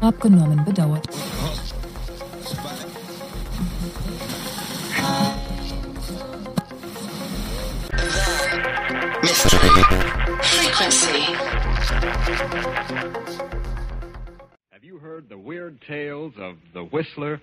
Abgenommen, bedauert. Mystery. Frequency. Have you heard the weird tales of the Whistler?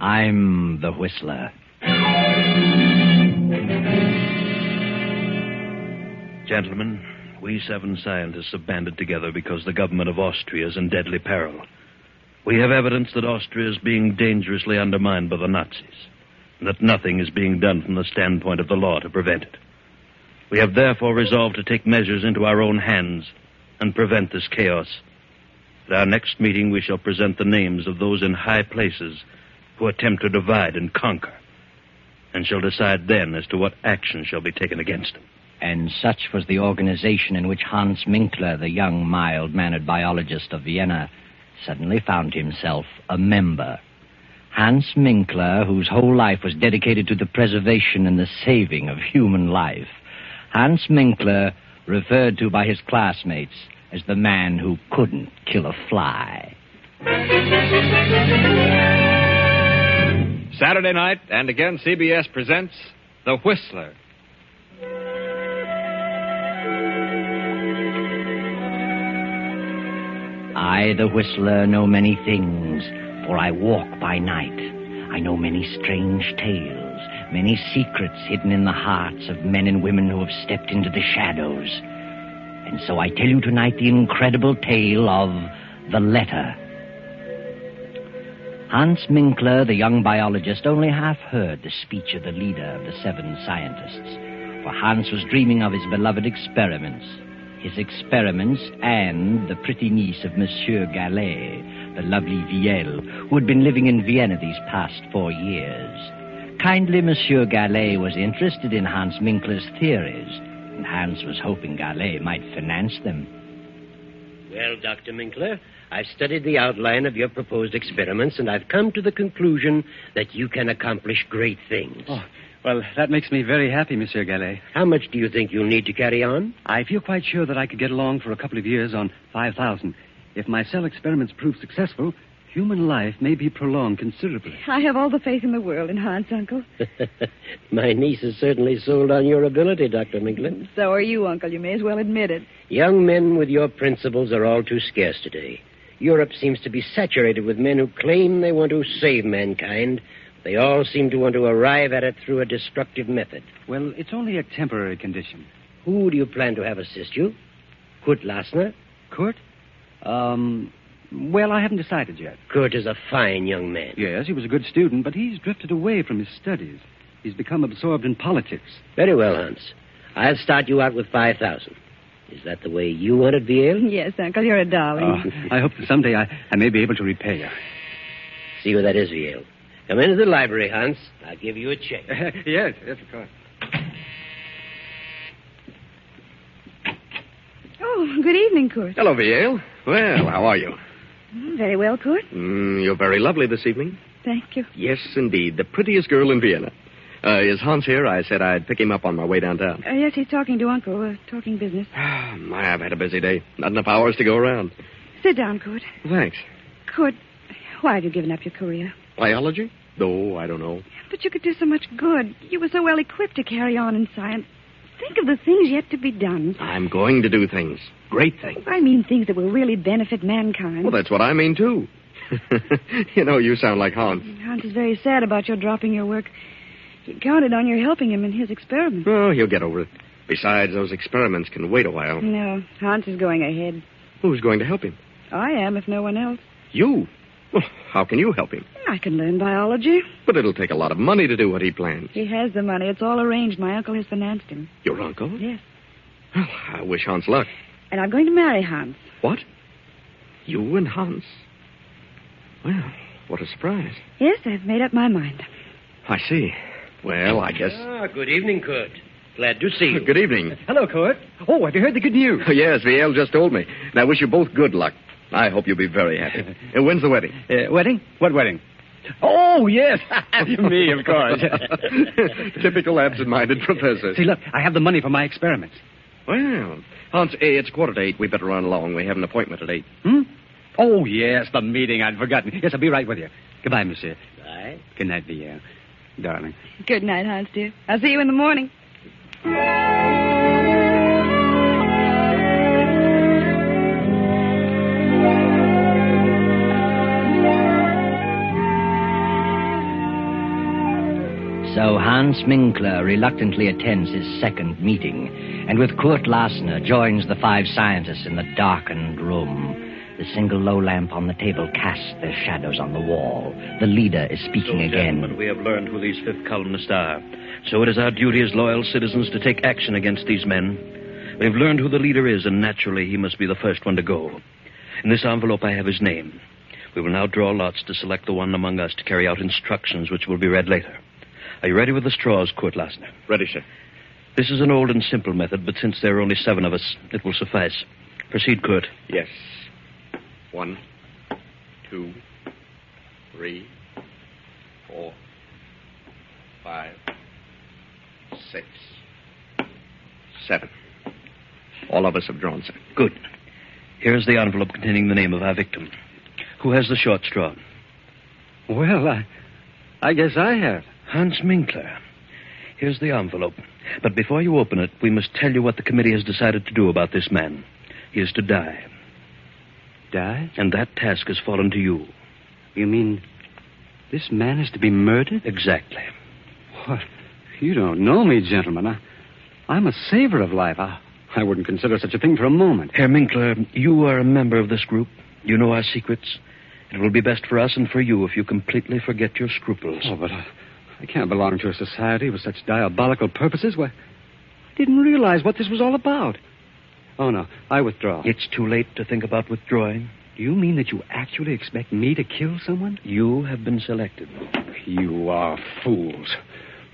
I'm the Whistler. Gentlemen, we seven scientists have banded together because the government of Austria is in deadly peril. We have evidence that Austria is being dangerously undermined by the Nazis, and that nothing is being done from the standpoint of the law to prevent it. We have therefore resolved to take measures into our own hands and prevent this chaos. At our next meeting, we shall present the names of those in high places who attempt to divide and conquer, and shall decide then as to what action shall be taken against them. And such was the organization in which Hans Minkler, the young, mild mannered biologist of Vienna, suddenly found himself a member. Hans Minkler, whose whole life was dedicated to the preservation and the saving of human life. Hans Minkler, referred to by his classmates as the man who couldn't kill a fly. Saturday night, and again, CBS presents The Whistler. I, the whistler, know many things, for I walk by night. I know many strange tales, many secrets hidden in the hearts of men and women who have stepped into the shadows. And so I tell you tonight the incredible tale of the letter. Hans Minkler, the young biologist, only half heard the speech of the leader of the seven scientists, for Hans was dreaming of his beloved experiments. His experiments and the pretty niece of Monsieur Gallet, the lovely Vielle, who had been living in Vienna these past four years. Kindly, Monsieur Gallet was interested in Hans Minkler's theories, and Hans was hoping Gallet might finance them. Well, Dr. Minkler, I've studied the outline of your proposed experiments, and I've come to the conclusion that you can accomplish great things. Oh, well, that makes me very happy, Monsieur Gallet. How much do you think you'll need to carry on? I feel quite sure that I could get along for a couple of years on 5,000. If my cell experiments prove successful, human life may be prolonged considerably. I have all the faith in the world in Hans, Uncle. My niece is certainly sold on your ability, Dr. Minkler. So are you, Uncle. You may as well admit it. Young men with your principles are all too scarce today. Europe seems to be saturated with men who claim they want to save mankind. They all seem to want to arrive at it through a destructive method. Well, it's only a temporary condition. Who do you plan to have assist you? Kurt Lassner? Kurt? Um, well, I haven't decided yet. Kurt is a fine young man. Yes, he was a good student, but he's drifted away from his studies. He's become absorbed in politics. Very well, Hans. I'll start you out with 5,000. Is that the way you want it, Viel? Yes, Ah. Uncle, you're a Oh, darling. I hope that someday I, I may be able to repay you. See who that is, Viel. Come into the library, Hans. I'll give you a check. yes, yes, of course. Oh, good evening, Kurt. Hello, Viel. Well, how are you? Mm, Very well, Kurt. Mm, you're very lovely this evening. Thank you. Yes, indeed. The prettiest girl in Vienna. Uh, is Hans here? I said I'd pick him up on my way downtown. Uh, yes, he's talking to Uncle, uh, talking business. My, I've had a busy day. Not enough hours to go around. Sit down, Kurt. Thanks. Kurt, why have you given up your career? Biology? No, I don't know. But you could do so much good. You were so well equipped to carry on in science. Think of the things yet to be done. I'm going to do things. Great things. I mean things that will really benefit mankind. Well, that's what I mean, too. you know, you sound like Hans. Hans is very sad about your dropping your work. He counted on your helping him in his experiment. Oh, he'll get over it. Besides, those experiments can wait a while. No, Hans is going ahead. Who's going to help him? I am, if no one else. You. Well, how can you help him? I can learn biology. But it'll take a lot of money to do what he plans. He has the money. It's all arranged. My uncle has financed him. Your uncle? Yes. Well, I wish Hans luck. And I'm going to marry Hans. What? You and Hans? Well, what a surprise. Yes, I've made up my mind. I see. Well, I guess. Ah, good evening, Kurt. Glad to see you. Good evening. Hello, Kurt. Oh, have you heard the good news? yes, VL just told me. And I wish you both good luck. I hope you'll be very happy. Uh, when's the wedding? Uh, wedding? What wedding? Oh, yes. Me, of course. Typical absent-minded professor. See, look, I have the money for my experiments. Well, Hans, eh, it's quarter to eight. We better run along. We have an appointment at eight. Hmm? Oh, yes, the meeting. I'd forgotten. Yes, I'll be right with you. Goodbye, monsieur. Bye. Good night, Vio. Darling. Good night, Hans, dear. I'll see you in the morning. So Hans Minkler reluctantly attends his second meeting, and with Kurt Lassner joins the five scientists in the darkened room. The single low lamp on the table casts their shadows on the wall. The leader is speaking so, again. Gentlemen, we have learned who these fifth columnists are. So it is our duty as loyal citizens to take action against these men. We've learned who the leader is, and naturally he must be the first one to go. In this envelope I have his name. We will now draw lots to select the one among us to carry out instructions which will be read later. Are you ready with the straws, Kurt Lassner? Ready, sir. This is an old and simple method, but since there are only seven of us, it will suffice. Proceed, Kurt. Yes. One, two, three, four, five, six, seven. All of us have drawn, sir. Good. Here is the envelope containing the name of our victim. Who has the short straw? Well, I, I guess I have. Hans Minkler. Here's the envelope. But before you open it, we must tell you what the committee has decided to do about this man. He is to die, Die? and that task has fallen to you. You mean this man is to be murdered? Exactly. What? You don't know me, gentlemen. I, I'm a saver of life. I, I wouldn't consider such a thing for a moment. Herr Minkler, you are a member of this group. You know our secrets. It will be best for us and for you if you completely forget your scruples. Oh, but I, I can't belong to a society with such diabolical purposes. Why, I didn't realize what this was all about. Oh, no. I withdraw. It's too late to think about withdrawing. Do you mean that you actually expect me to kill someone? You have been selected. You are fools.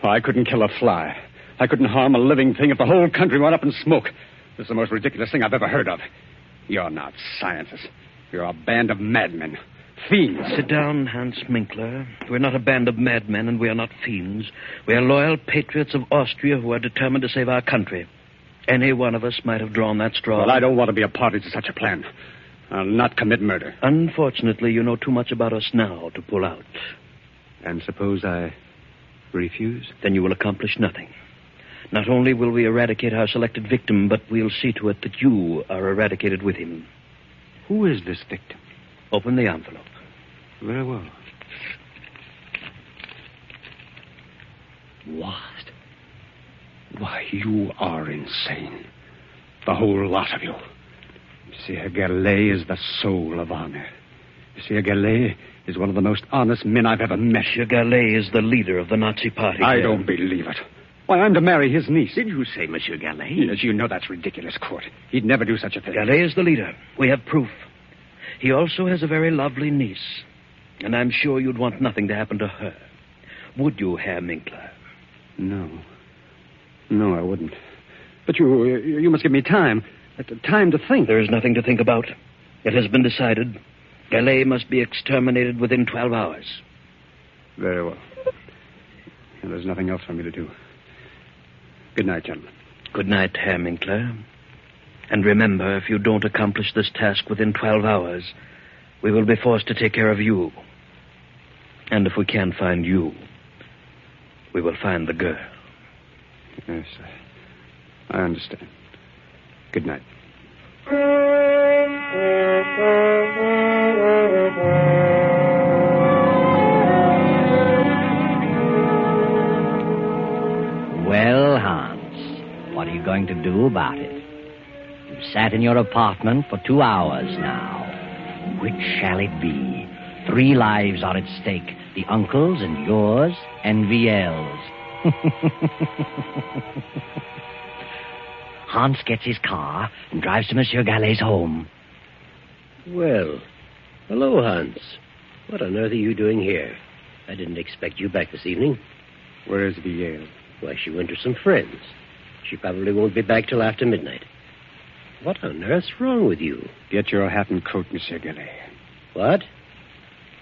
I couldn't kill a fly. I couldn't harm a living thing if the whole country went up in smoke. This is the most ridiculous thing I've ever heard of. You're not scientists. You're a band of madmen. Fiends. Sit down, Hans Minkler. We're not a band of madmen, and we are not fiends. We are loyal patriots of Austria who are determined to save our country. Any one of us might have drawn that straw. Well, I don't want to be a party to such a plan. I'll not commit murder. Unfortunately, you know too much about us now to pull out. And suppose I refuse? Then you will accomplish nothing. Not only will we eradicate our selected victim, but we'll see to it that you are eradicated with him. Who is this victim? Open the envelope. Very well. What? Why, you are insane. The whole lot of you. Monsieur Galley is the soul of honor. Monsieur Galley is one of the most honest men I've ever met. Monsieur Gallet is the leader of the Nazi party. I don't believe it. Why, I'm to marry his niece. Did you say, Monsieur Gallet? Yes, you know that's ridiculous, Court. He'd never do such a thing. Gallet is the leader. We have proof. He also has a very lovely niece, and I'm sure you'd want nothing to happen to her. Would you, Herr Minkler? No. No, I wouldn't. But you, you must give me time. Uh, Time to think. There is nothing to think about. It has been decided. Gallet must be exterminated within 12 hours. Very well. And there's nothing else for me to do. Good night, gentlemen. Good night, Herr Minkler. And remember, if you don't accomplish this task within 12 hours, we will be forced to take care of you. And if we can't find you, we will find the girl. Yes, I, I understand. Good night. Thank you. you going to do about it? You've sat in your apartment for two hours now. Which shall it be? Three lives are at stake the uncle's and yours and VL's. Hans gets his car and drives to Monsieur Gallet's home. Well, hello, Hans. What on earth are you doing here? I didn't expect you back this evening. Where is Vielle? Why, she went to some friends. She probably won't be back till after midnight. What on earth's wrong with you? Get your hat and coat, Monsieur Gillet. What?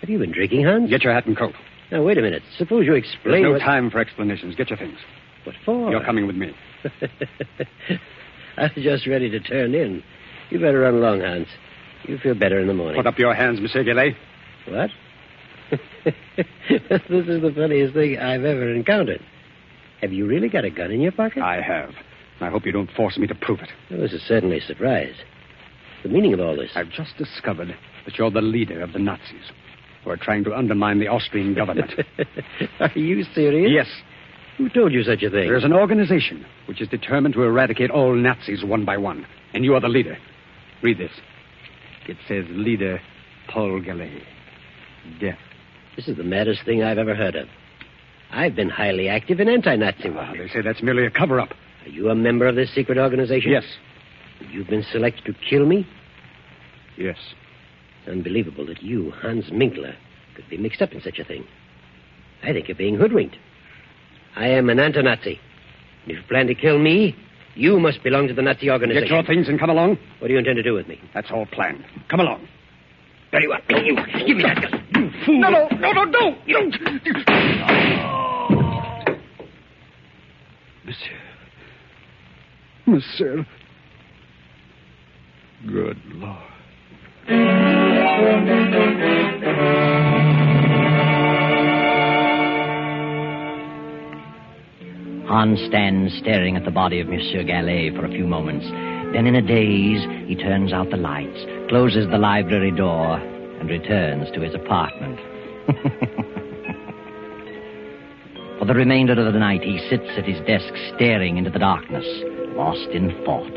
Have you been drinking, Hans? Get your hat and coat. Now, wait a minute. Suppose you explain. There's no what- time for explanations. Get your things. What for? You're coming with me. I was just ready to turn in. You better run along, Hans. You'll feel better in the morning. Put up your hands, Monsieur Gillet. What? this is the funniest thing I've ever encountered. Have you really got a gun in your pocket? I have. I hope you don't force me to prove it. I was certainly surprised. The meaning of all this. I've just discovered that you're the leader of the Nazis who are trying to undermine the Austrian government. Are you serious? yes, Who told you such a thing? there is an organization which is determined to eradicate all Nazis one by one, and you are the leader. Read this. It says leader Paul Gallet. Death. This is the maddest thing I've ever heard of. I've been highly active in anti-Nazi Ah, work. they say that's merely a cover up. Are you a member of this secret organization? Yes. You've been selected to kill me? Yes. Unbelievable that you, Hans Minkler, could be mixed up in such a thing. I think you're being hoodwinked. I am an anti-Nazi. And if you plan to kill me, you must belong to the Nazi Get organization. your things and come along. What do you intend to do with me? That's all planned. Come along. Very well. You, give me that gun. You fool. No, no, no, no, don't. You don't. Monsieur. Monsieur. Good Lord. Hans stands staring at the body of Monsieur Gallet for a few moments. Then, in a daze, he turns out the lights, closes the library door, and returns to his apartment. for the remainder of the night, he sits at his desk staring into the darkness, lost in thought.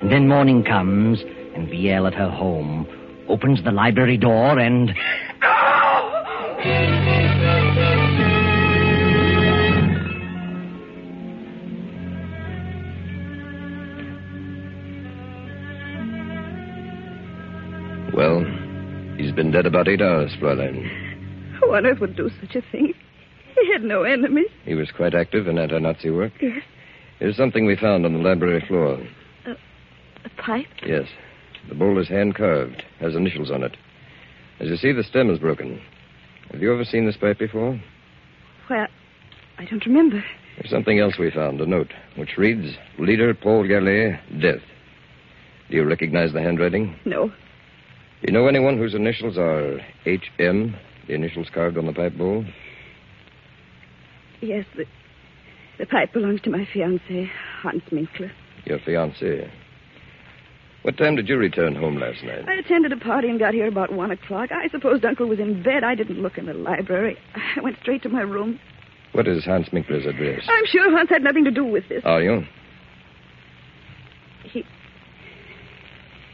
And then morning comes, and Vielle at her home opens the library door and. Well, he's been dead about eight hours, Fräulein. Who on earth would do such a thing? He had no enemies. He was quite active in anti Nazi work. Yes. Here's something we found on the library floor. A pipe? Yes. The bowl is hand carved, has initials on it. As you see, the stem is broken. Have you ever seen this pipe before? Well, I don't remember. There's something else we found, a note, which reads Leader Paul Gallet, death. Do you recognize the handwriting? No. Do you know anyone whose initials are HM, the initials carved on the pipe bowl? Yes, the, the pipe belongs to my fiancé, Hans Minkler. Your fiancée. What time did you return home last night? I attended a party and got here about one o'clock. I supposed Uncle was in bed. I didn't look in the library. I went straight to my room. What is Hans Minkler's address? I'm sure Hans had nothing to do with this. Are you? He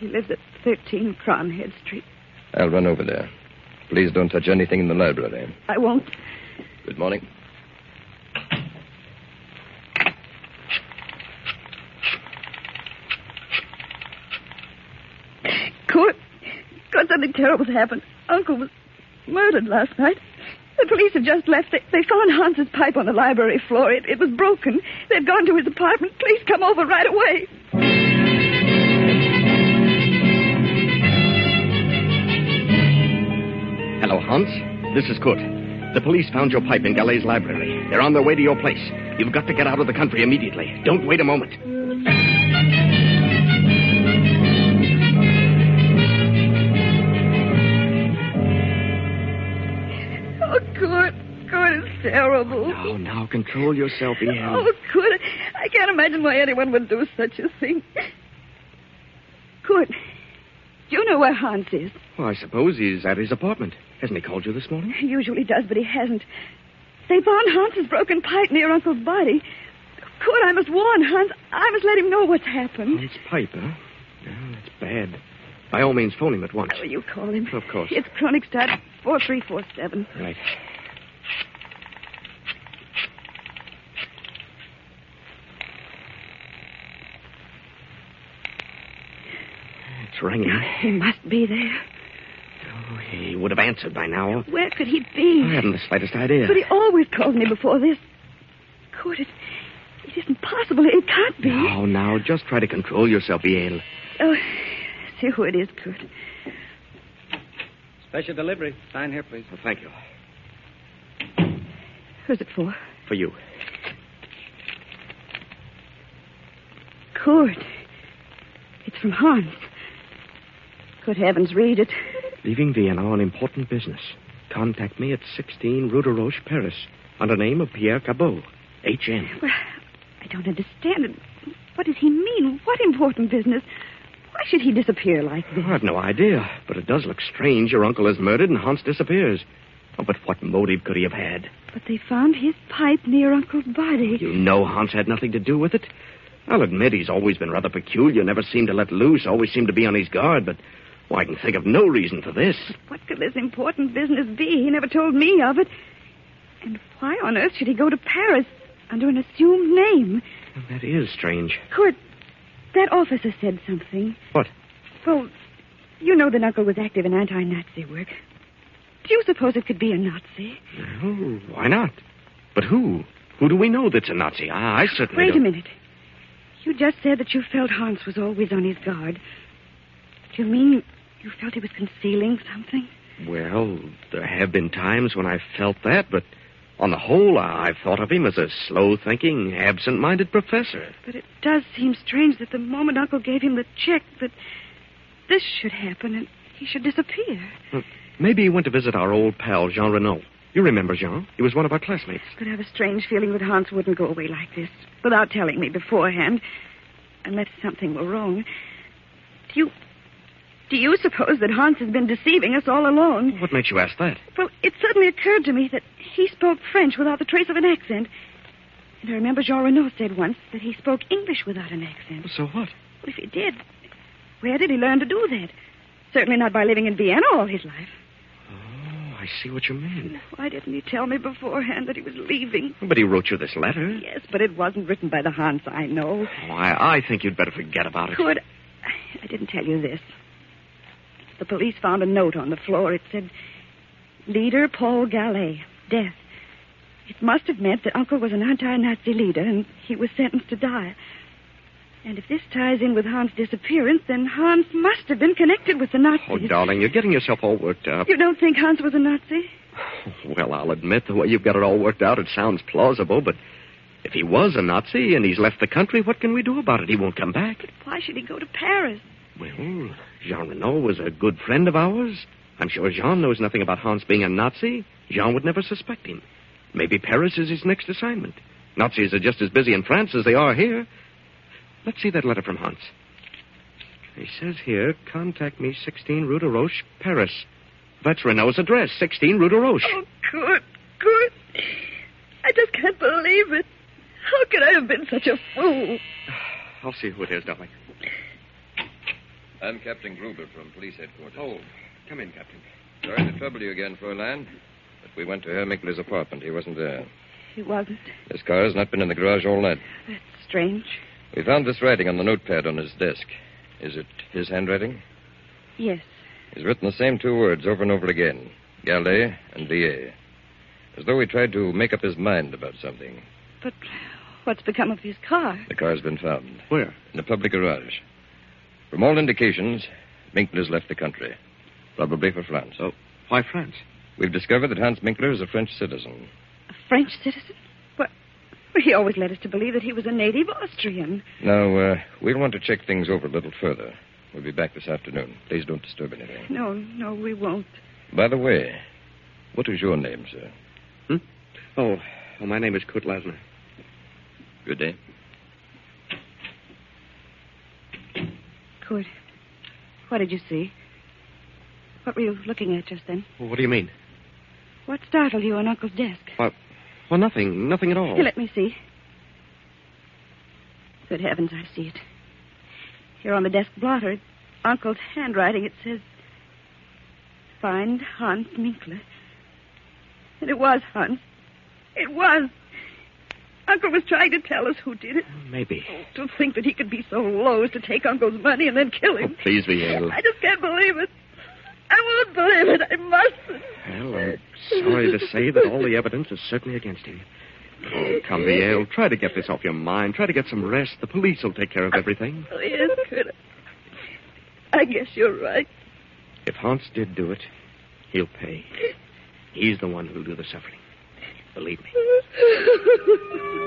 he lives at 13 Cronhead Street. I'll run over there. Please don't touch anything in the library. I won't. Good morning. Court, court, something terrible's happened. Uncle was murdered last night. The police have just left. They, they found Hans's pipe on the library floor. It, it was broken. They've gone to his apartment. Please come over right away. Hello, Hans. This is Kurt. The police found your pipe in Gallet's library. They're on their way to your place. You've got to get out of the country immediately. Don't wait a moment. Oh, Court, Court is terrible. Now, Oh, now, control yourself, Ian. Oh, Court, I can't imagine why anyone would do such a thing. Court, do you know where Hans is? Well, I suppose he's at his apartment. Hasn't he called you this morning? He usually does, but he hasn't. They found Hans's broken pipe near Uncle's body. could. I must warn Hans. I must let him know what's happened. Hans Piper? Well, that's bad. By all means, phone him at once. Oh, you call him. Of course. It's Kronigstadt 4347. Right. It's ringing. He must be there. Oh, he would have answered by now. Where could he be? I haven't the slightest idea. But he always called me before this. Could it? It isn't possible. It can't be. Now, Oh, now, just try to control yourself, Yale. Oh, see who it is, Kurt. Special delivery. Sign here, please. Well, thank you. Who's it for? For you. Kurt. It's from Hans. Good heavens, read it. Leaving Vienna on important business. Contact me at 16 Rue de Roche, Paris, under name of Pierre Cabot, H.M. Well, I don't understand it. What does he mean? What important business? Why should he disappear like this? I've no idea, but it does look strange. Your uncle is murdered and Hans disappears. Oh, but what motive could he have had? But they found his pipe near Uncle's body. You know Hans had nothing to do with it. I'll admit he's always been rather peculiar, never seemed to let loose, always seemed to be on his guard, but well, I can think of no reason for this. What could this important business be? He never told me of it. And why on earth should he go to Paris under an assumed name? That is strange. Kurt, that officer said something. What? Well, you know that Uncle was active in anti Nazi work. Do you suppose it could be a Nazi? No, why not? But who? Who do we know that's a Nazi? I, I certainly. Wait don't- a minute. You just said that you felt Hans was always on his guard. Do you mean you felt he was concealing something? Well, there have been times when I've felt that, but on the whole, I- I've thought of him as a slow thinking, absent minded professor. But it does seem strange that the moment Uncle gave him the check, that this should happen and he should disappear. Maybe he went to visit our old pal, Jean Renault. You remember Jean? He was one of our classmates. But I have a strange feeling that Hans wouldn't go away like this without telling me beforehand, unless something were wrong. Do you. Do you suppose that Hans has been deceiving us all along? What makes you ask that? Well, it suddenly occurred to me that he spoke French without the trace of an accent. And I remember Jean Renault said once that he spoke English without an accent. So what? Well, if he did, where did he learn to do that? Certainly not by living in Vienna all his life. Oh, I see what you mean. Why didn't he tell me beforehand that he was leaving? But he wrote you this letter. Yes, but it wasn't written by the Hans I know. Oh, I, I think you'd better forget about it. Could I didn't tell you this. The police found a note on the floor. It said, "Leader Paul Gallet, death." It must have meant that Uncle was an anti-Nazi leader and he was sentenced to die. And if this ties in with Hans' disappearance, then Hans must have been connected with the Nazis. Oh, uh, darling, you're getting yourself all worked up. You don't think Hans was a Nazi? Well, I'll admit the way you've got it all worked out, it sounds plausible, but if he was a Nazi and he's left the country, what can we do about it? He won't come back. Why should he go to Paris? Well, Jean Renault was a good friend of ours. I'm sure Jean knows nothing about Hans being a Nazi. Jean would never suspect him. Maybe Paris is his next assignment. Nazis are just as busy in France as they are here. Let's see that letter from Hans. He says here, contact me 16 Rue de Roche, Paris. That's Renault's address, 16 Rue de Roche. Oh, good, good. I just can't believe it. How could I have been such a fool? I'll see who it is, darling. I'm Captain Gruber from police headquarters. Oh, come in, Captain. Sorry to trouble you again, Fräulein, but we went to Herr Mickler's apartment. He wasn't there. He wasn't. This car has not been in the garage all night. That's strange. We found this writing on the notepad on his desk. Is it his handwriting? Yes. He's written the same two words over and over again Gallet and Lier. As though he tried to make up his mind about something. But what's become of his car? The car's been found. Where? In a public garage. From all indications, Minkler's left the country. Probably for France. Oh, why France? We've discovered that Hans Minkler is a French citizen. A French citizen? Well, he always led us to believe that he was a native Austrian. Now, uh, we'll want to check things over a little further. We'll be back this afternoon. Please don't disturb anything. No, no, we won't. By the way, what is your name, sir? Oh, well, my name is Kurt Lasner. Good day. Kurt, what did you see? What were you looking at just then? Well, what do you mean? What startled you on Uncle's desk? Oh. Well, well nothing. Nothing at all. Here, let me see. Good heavens, I see it. Here on the desk blotter, Uncle's handwriting, it says, Find Hans Minkler. And it was Hans. It was. Uncle was trying to tell us who did it. Maybe. To think that he could be so low as to take Uncle's money and then kill him. Please, Vielle. I just can't believe it. I won't believe it. I mustn't. Well, I'm sorry to say that all the evidence is certainly against him. Oh, come, Vielle. Try to get this off your mind. Try to get some rest. The police will take care of everything. Oh, yes, good. I guess you're right. If Hans did do it, he'll pay. He's the one who'll do the suffering. Believe me.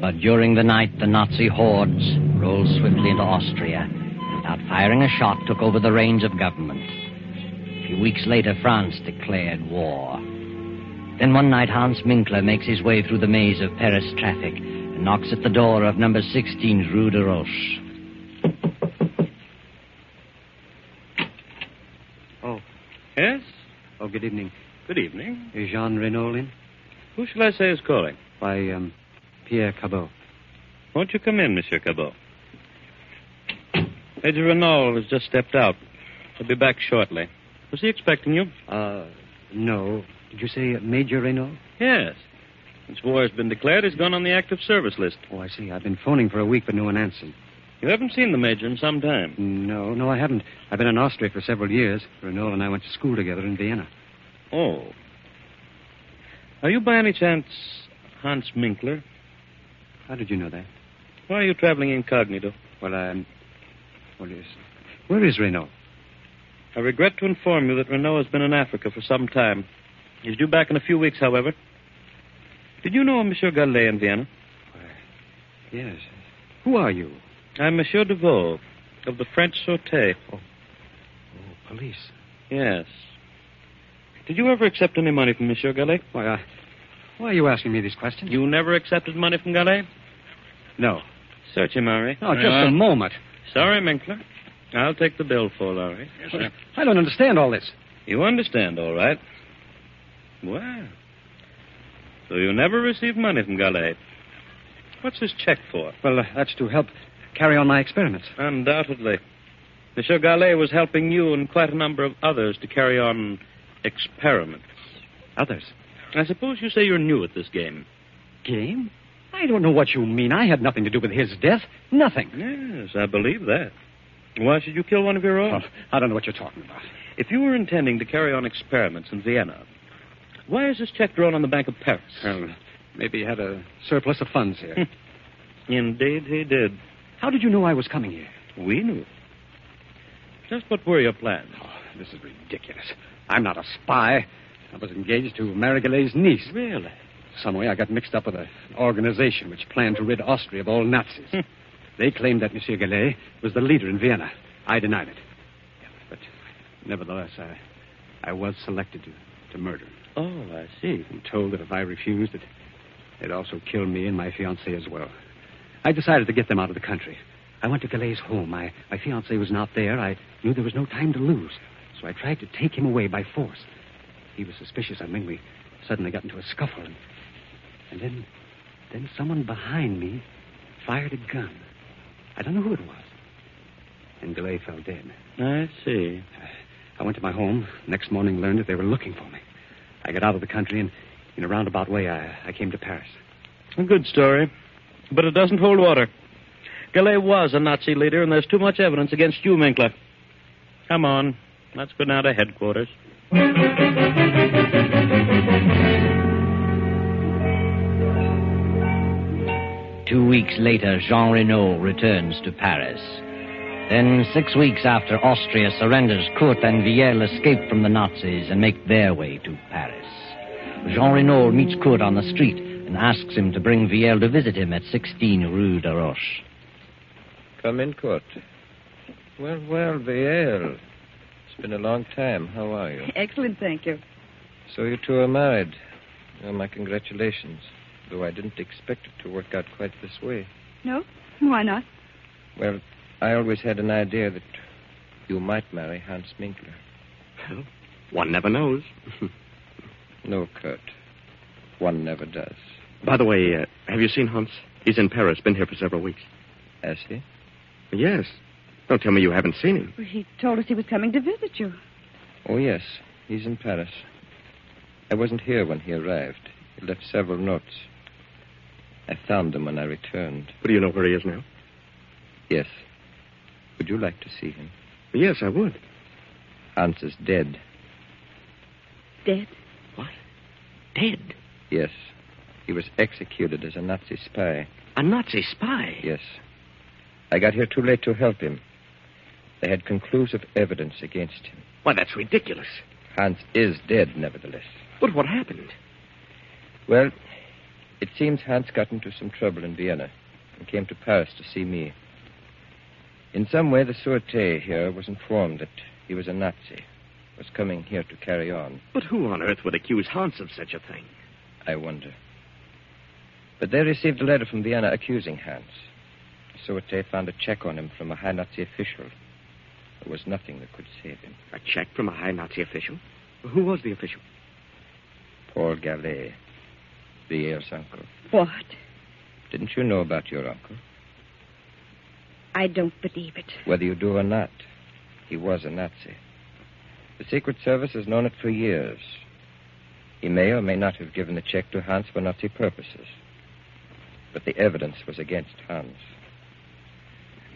But during the night, the Nazi hordes rolled swiftly into Austria and, without firing a shot, took over the reins of government. A few weeks later, France declared war. Then one night, Hans Minkler makes his way through the maze of Paris traffic and knocks at the door of number 16's Rue de Roche. Oh, yes? Oh, good evening. Good evening. Is Jean Renault in? Who shall I say is calling? By um, Pierre Cabot. Won't you come in, Monsieur Cabot? Major Renault has just stepped out. He'll be back shortly. Was he expecting you? Uh, no. Did you say uh, Major Renault? Yes. Since war has been declared, he's gone on the active service list. Oh, I see. I've been phoning for a week, but no one answered. You haven't seen the Major in some time. No, no, I haven't. I've been in Austria for several years. Renault and I went to school together in Vienna. Oh. Are you by any chance Hans Minkler? How did you know that? Why are you traveling incognito? Well, I'm. Well, yes. Where is Renault? I regret to inform you that Renault has been in Africa for some time. He's due back in a few weeks, however. Did you know Monsieur Gallet in Vienna? Yes. Who are you? I'm Monsieur Deveau of the French Sûreté. Oh, police. Yes. Did you ever accept any money from Monsieur Gallet? Why, I... why are you asking me these questions? You never accepted money from Gallet? No. Search him, Henri. No, just a moment. Sorry, Minkler. I'll take the bill for Larry. Yes, sir. I don't understand all this. You understand, all right. Well. So you never received money from Gallet. What's this check for? Well, uh, that's to help carry on my experiments. Undoubtedly. Monsieur Gallet was helping you and quite a number of others to carry on experiments. Others? I suppose you say you're new at this game. Game? I don't know what you mean. I had nothing to do with his death. Nothing. Yes, I believe that. Why should you kill one of your own? Oh, I don't know what you're talking about. If you were intending to carry on experiments in Vienna, why is this check drawn on the Bank of Paris? Well, maybe he had a surplus of funds here. Indeed, he did. How did you know I was coming here? We knew. Just what were your plans? Oh, this is ridiculous. I'm not a spy. I was engaged to Mary Gillet's niece. Really? Some way I got mixed up with an organization which planned to rid Austria of all Nazis. Hmm. they claimed that Monsieur Gillet was the leader in Vienna. I denied it. But nevertheless, I, I was selected to, to murder him. Oh, I see. And told that if I refused, it, they'd also kill me and my fiancée as well. I decided to get them out of the country. I went to Gillet's home. My, my fiancé was not there. I knew there was no time to lose. So I tried to take him away by force. He was suspicious of me. We suddenly got into a scuffle. And, and then, then someone behind me fired a gun. I don't know who it was. And Gillet fell dead. I see. I went to my home. Next morning, learned that they were looking for me. I got out of the country, and in a roundabout way, I, I came to Paris. A good story, but it doesn't hold water. Gallet was a Nazi leader, and there's too much evidence against you, Minkler. Come on, let's go down to headquarters. Two weeks later, Jean Renault returns to Paris. Then, six weeks after Austria surrenders, Kurt and Viel escape from the Nazis and make their way to Paris. Jean Renault meets Kurt on the street and asks him to bring Viel to visit him at 16 Rue de Roche. Come in, Court. Well, well, Vielle. It's been a long time. How are you? Excellent, thank you. So you two are married. Well, my congratulations. Though I didn't expect it to work out quite this way. No? Why not? Well, I always had an idea that You might marry Hans Minkler. Well, one never knows. no, Kurt. One never does. By the way, uh, have you seen Hans? He's in Paris, been here for several weeks. Has he? Yes. Don't tell me you haven't seen him. Well, he told us he was coming to visit you. Oh, yes. He's in Paris. I wasn't here when he arrived. He left several notes. I found them when I returned. But do you know where he is now? Yes. Would you like to see him? Yes, I would. Hans is dead. Dead? What? Dead? Yes. He was executed as a Nazi spy. A Nazi spy? Yes. I got here too late to help him. They had conclusive evidence against him. Why, that's ridiculous. Hans is dead, nevertheless. But what happened? Well, it seems Hans got into some trouble in Vienna and came to Paris to see me. In some way, the Sûreté here was informed that he was a Nazi, was coming here to carry on. But who on earth would accuse Hans of such a thing? I wonder. But they received a letter from Vienna accusing Hans. The Sûreté found a check on him from a high Nazi official. There was nothing that could save him. A check from a high Nazi official? Who was the official? Paul Gallet, Vier's uncle. What? Didn't you know about your uncle? I don't believe it. Whether you do or not, he was a Nazi. The Secret Service has known it for years. He may or may not have given the check to Hans for Nazi purposes. But the evidence was against Hans.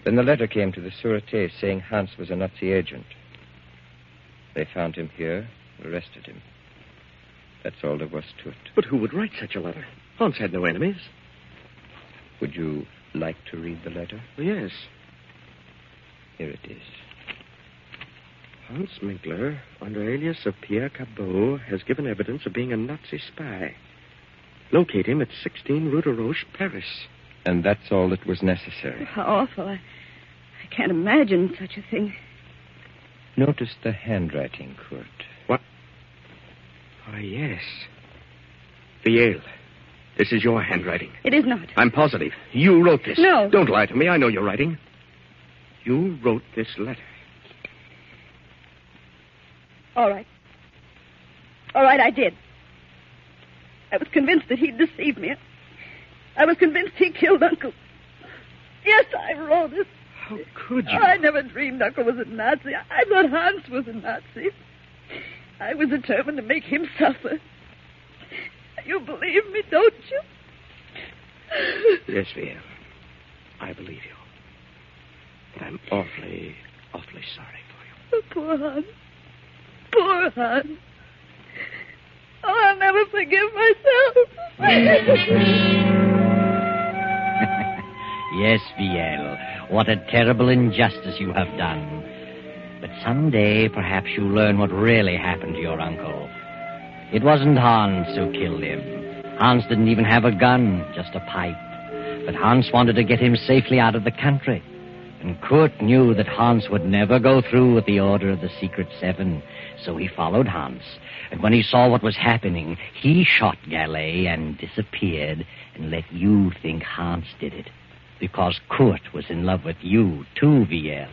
Then the letter came to the Sûreté saying Hans was a Nazi agent. They found him here, arrested him. That's all there was to it. But who would write such a letter? Hans had no enemies. Would you like to read the letter? Oh, Yes. Here it is. Hans Minkler, under alias of Pierre Cabot, has given evidence of being a Nazi spy. Locate him at 16 Rue de Roche, Paris. And that's all that was necessary. How awful. I, I can't imagine such a thing. Notice the handwriting, Kurt. Oh, What? Ah, yes. Viel. This is your handwriting. It is not. I'm positive. You wrote this. No. Don't lie to me. I know your writing. You wrote this letter. All right. All right, I did. I was convinced that he'd deceived me. I was convinced he killed Uncle. Yes, I wrote it. How could you? I never dreamed Uncle was a Nazi. I thought Hans was a Nazi. I was determined to make him suffer. You believe me, don't you? Yes, Vere. I believe you. But I'm awfully, awfully sorry for you. Oh, poor Hans. Poor Hans. Oh, I'll never forgive myself. yes, Viel. What a terrible injustice you have done. But someday, perhaps you'll learn what really happened to your uncle. It wasn't Hans who killed him. Hans didn't even have a gun, just a pipe. But Hans wanted to get him safely out of the country. And Kurt knew that Hans would never go through with the order of the Secret Seven, so he followed Hans. And when he saw what was happening, he shot Gallet and disappeared and let you think Hans did it. Because Kurt was in love with you, too, Viel.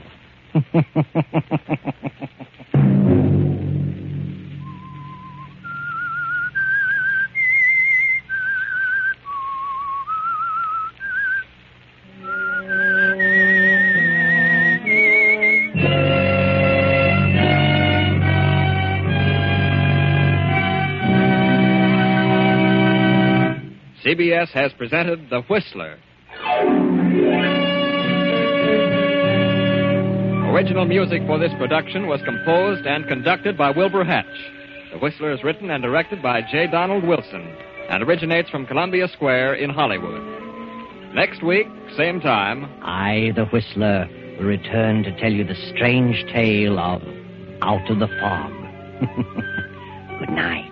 CBS has presented The Whistler. Original music for this production was composed and conducted by Wilbur Hatch. The Whistler is written and directed by J. Donald Wilson and originates from Columbia Square in Hollywood. Next week, same time. I, the Whistler, will return to tell you the strange tale of Out of the Fog. Good night.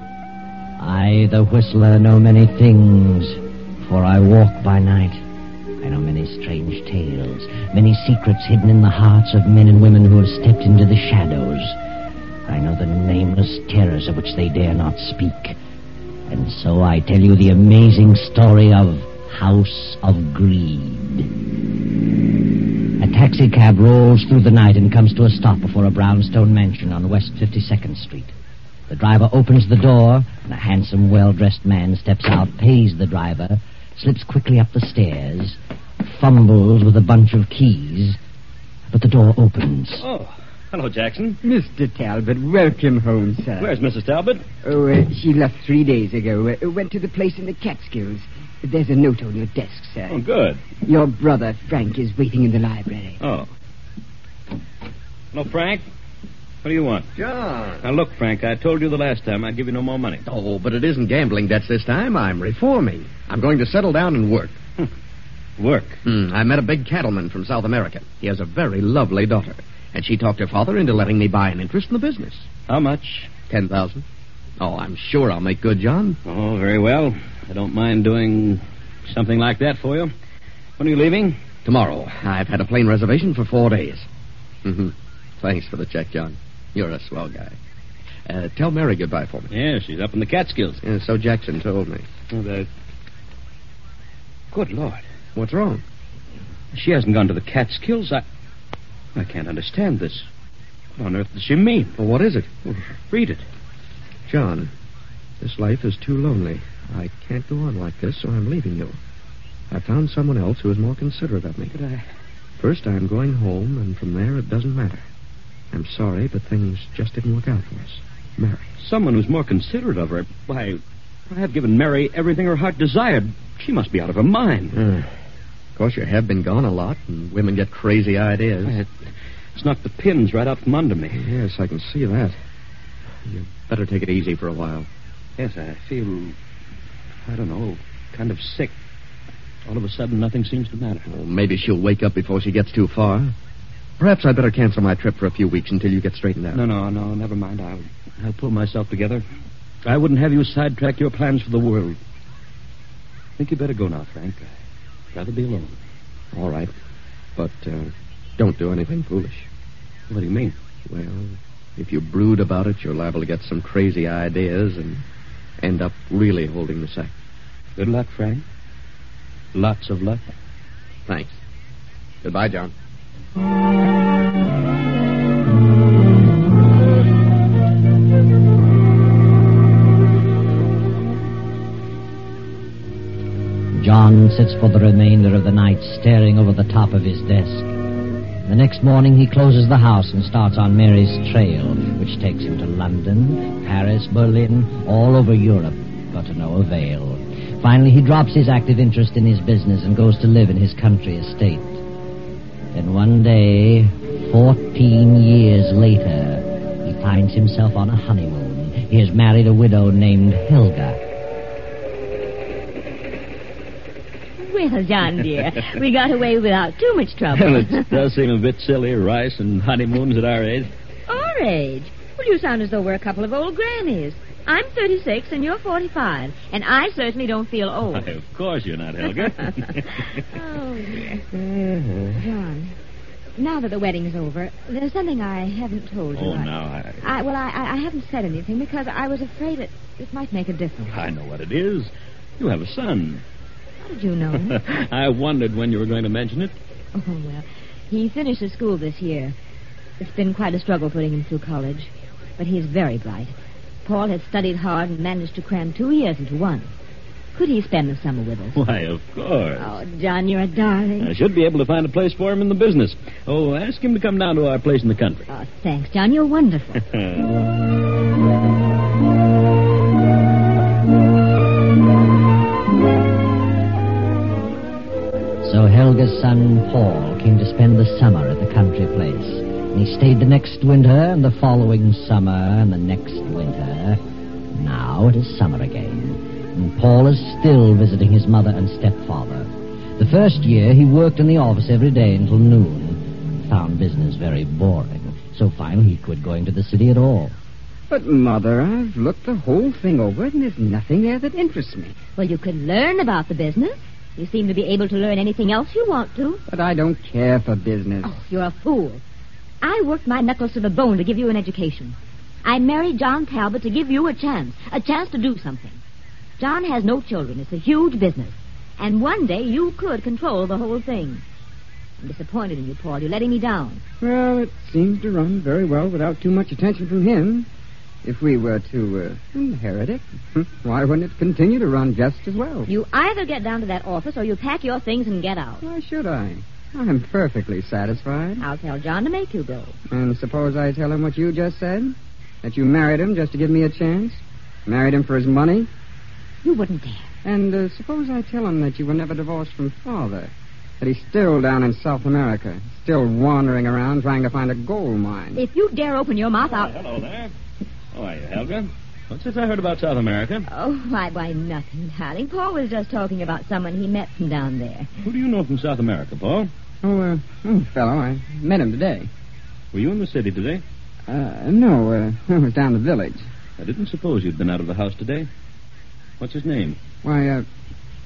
I, the whistler, know many things, for I walk by night. I know many strange tales, many secrets hidden in the hearts of men and women who have stepped into the shadows. I know the nameless terrors of which they dare not speak. And so I tell you the amazing story of House of Greed. A taxicab rolls through the night and comes to a stop before a brownstone mansion on West 52nd Street. The driver opens the door, and a handsome, well dressed man steps out, pays the driver, slips quickly up the stairs, fumbles with a bunch of keys, but the door opens. Oh, hello, Jackson. Mr. Talbot, welcome home, sir. Where's Mrs. Talbot? Oh, uh, she left three days ago. Uh, went to the place in the Catskills. There's a note on your desk, sir. Oh, good. Your brother, Frank, is waiting in the library. Oh. Hello, Frank. What do you want? John. Now, look, Frank, I told you the last time I'd give you no more money. Oh, but it isn't gambling debts this time. I'm reforming. I'm going to settle down and work. work? Hmm, I met a big cattleman from South America. He has a very lovely daughter. And she talked her father into letting me buy an interest in the business. How much? Ten thousand. Oh, I'm sure I'll make good, John. Oh, very well. I don't mind doing something like that for you. When are you leaving? Tomorrow. I've had a plane reservation for four days. Mm-hmm. Thanks for the check, John. You're a swell guy. Uh, tell Mary goodbye for me. Yeah, she's up in the Catskills. Yeah, so Jackson told me. Oh, the... Good Lord. What's wrong? She hasn't gone to the Catskills. I. I can't understand this. What on earth does she mean? Well, what is it? Well, read it. John, this life is too lonely. I can't go on like this, so I'm leaving you. I found someone else who is more considerate of me. But I. First, I'm going home, and from there, it doesn't matter. I'm sorry, but things just didn't work out for us. Mary. Someone who's more considerate of her. Why, I have given Mary everything her heart desired. She must be out of her mind. Uh, of course, you have been gone a lot, and women get crazy ideas. Hmm. It, it's knocked the pins right out from under me. Yes, I can see that. You better take it easy for a while. Yes, I feel, I don't know, kind of sick. All of a sudden, nothing seems to matter. Well, maybe she'll wake up before she gets too far. Perhaps I'd better cancel my trip for a few weeks until you get straightened out. No, no, no, never mind. I'll, I'll pull myself together. I wouldn't have you sidetrack your plans for the world. I think you better go now, Frank. I'd rather be alone. All right. But uh, don't do anything foolish. What do you mean? Well, if you brood about it, you're liable to get some crazy ideas and end up really holding the sack. Good luck, Frank. Lots of luck. Thanks. Goodbye, John. John sits for the remainder of the night staring over the top of his desk. The next morning he closes the house and starts on Mary's trail, which takes him to London, Paris, Berlin, all over Europe, but to no avail. Finally, he drops his active interest in his business and goes to live in his country estate. Then one day, 14 years later, he finds himself on a honeymoon. He has married a widow named Helga. Well, John, dear, we got away without too much trouble. Well, it does seem a bit silly, rice and honeymoons at our age. Our age? Well, you sound as though we're a couple of old grannies. I'm 36 and you're 45, and I certainly don't feel old. Why, of course you're not, Helga. oh, dear. John, Now that the wedding's over, there's something I haven't told you. Oh, I- now I. I, well, I, I I haven't said anything because I was afraid it, it might make a difference. I know what it is. You have a son. How did you know? I wondered when you were going to mention it. oh, well, he finishes school this year. It's been quite a struggle putting him through college, but he is very bright. Paul has studied hard and managed to cram two years into one. Could he spend the summer with us? Why, of course. Oh, John, you're a darling. I should be able to find a place for him in the business. Oh, ask him to come down to our place in the country. Oh, thanks, John. You're wonderful. So Helga's son, Paul, came to spend the summer at the country place. And he stayed the next winter, and the following summer, and the next winter. Now it is summer again, and Paul is still visiting his mother and stepfather. The first year, he worked in the office every day until noon, found business very boring, so finally he quit going to the city at all. But, Mother, I've looked the whole thing over, and there's nothing there that interests me. Well, you could learn about the business. You seem to be able to learn anything else you want to. But I don't care for business. You're a fool. I worked my knuckles to the bone to give you an education. I married John Talbot to give you a chance, a chance to do something. John has no children. It's a huge business. And one day you could control the whole thing. I'm disappointed in you, Paul. You're letting me down. Well, it seems to run very well without too much attention from him. If we were to uh, inherit it, why wouldn't it continue to run just as well? You either get down to that office or you pack your things and get out. Why should I? I'm perfectly satisfied. I'll tell John to make you go. And suppose I tell him what you just said? That you married him just to give me a chance? Married him for his money? You wouldn't dare. And uh, suppose I tell him that you were never divorced from father? That he's still down in South America, still wandering around trying to find a gold mine. If you dare open your mouth, I'll. hello there. How Oh, are you, Helga? What's this I heard about South America? Oh, why, why, nothing, darling. Paul was just talking about someone he met from down there. Who do you know from South America, Paul? Oh, uh, oh, fellow, I met him today. Were you in the city today? Uh, no, uh, I was down the village. I didn't suppose you'd been out of the house today. What's his name? Why, uh,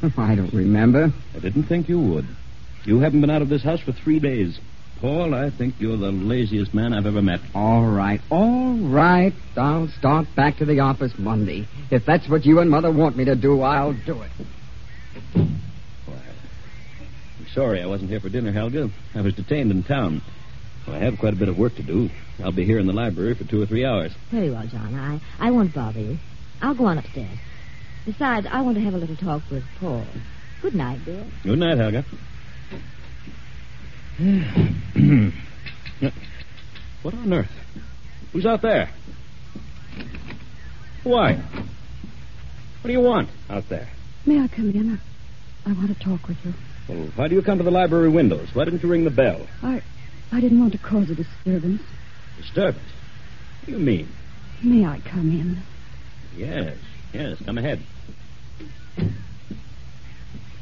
I don't remember. I didn't think you would. You haven't been out of this house for three days. Paul, I think you're the laziest man I've ever met. All right, all right. I'll start back to the office Monday. If that's what you and Mother want me to do, I'll do it. I'm sorry I wasn't here for dinner, Helga. I was detained in town. Well, I have quite a bit of work to do. I'll be here in the library for two or three hours. Very well, John. I, I won't bother you. I'll go on upstairs. Besides, I want to have a little talk with Paul. Good night, dear. Good night, Helga. what on earth? Who's out there? Why? What do you want out there? May I come in? I, I want to talk with you. Well, why do you come to the library windows? Why didn't you ring the bell? I, I didn't want to cause a disturbance. Disturbance. What do you mean? May I come in? Yes, yes, come ahead.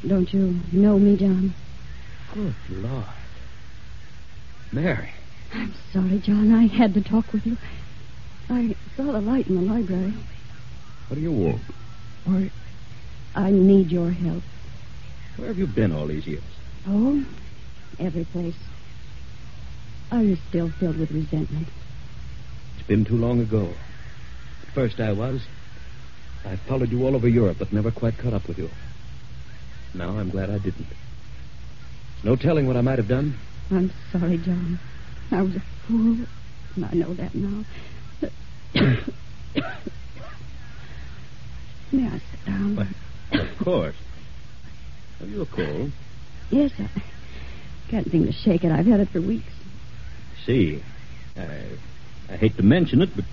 Don't you know me, John? Good Lord. Mary. I'm sorry, John. I had to talk with you. I saw the light in the library. What do you want? Or I need your help. Where have you been all these years? Oh, every place. Are you still filled with resentment? It's been too long ago. At first I was. I followed you all over Europe, but never quite caught up with you. Now I'm glad I didn't. There's no telling what I might have done. I'm sorry, John. I was a fool, and I know that now. But- May I sit down? Of course. Have you a cold? Yes, I can't seem to shake it. I've had it for weeks. See. I, I hate to mention it, but